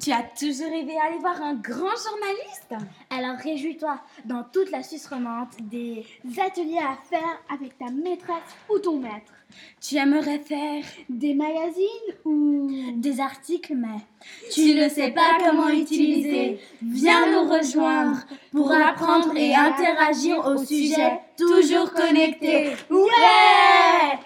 Tu as toujours rêvé d'aller voir un grand journaliste Alors réjouis-toi, dans toute la Suisse romande, des ateliers à faire avec ta maîtresse ou ton maître. Tu aimerais faire Des magazines ou... des articles, mais tu ne sais pas comment utiliser. Viens nous rejoindre pour apprendre et interagir au sujet, toujours connecté. Ouais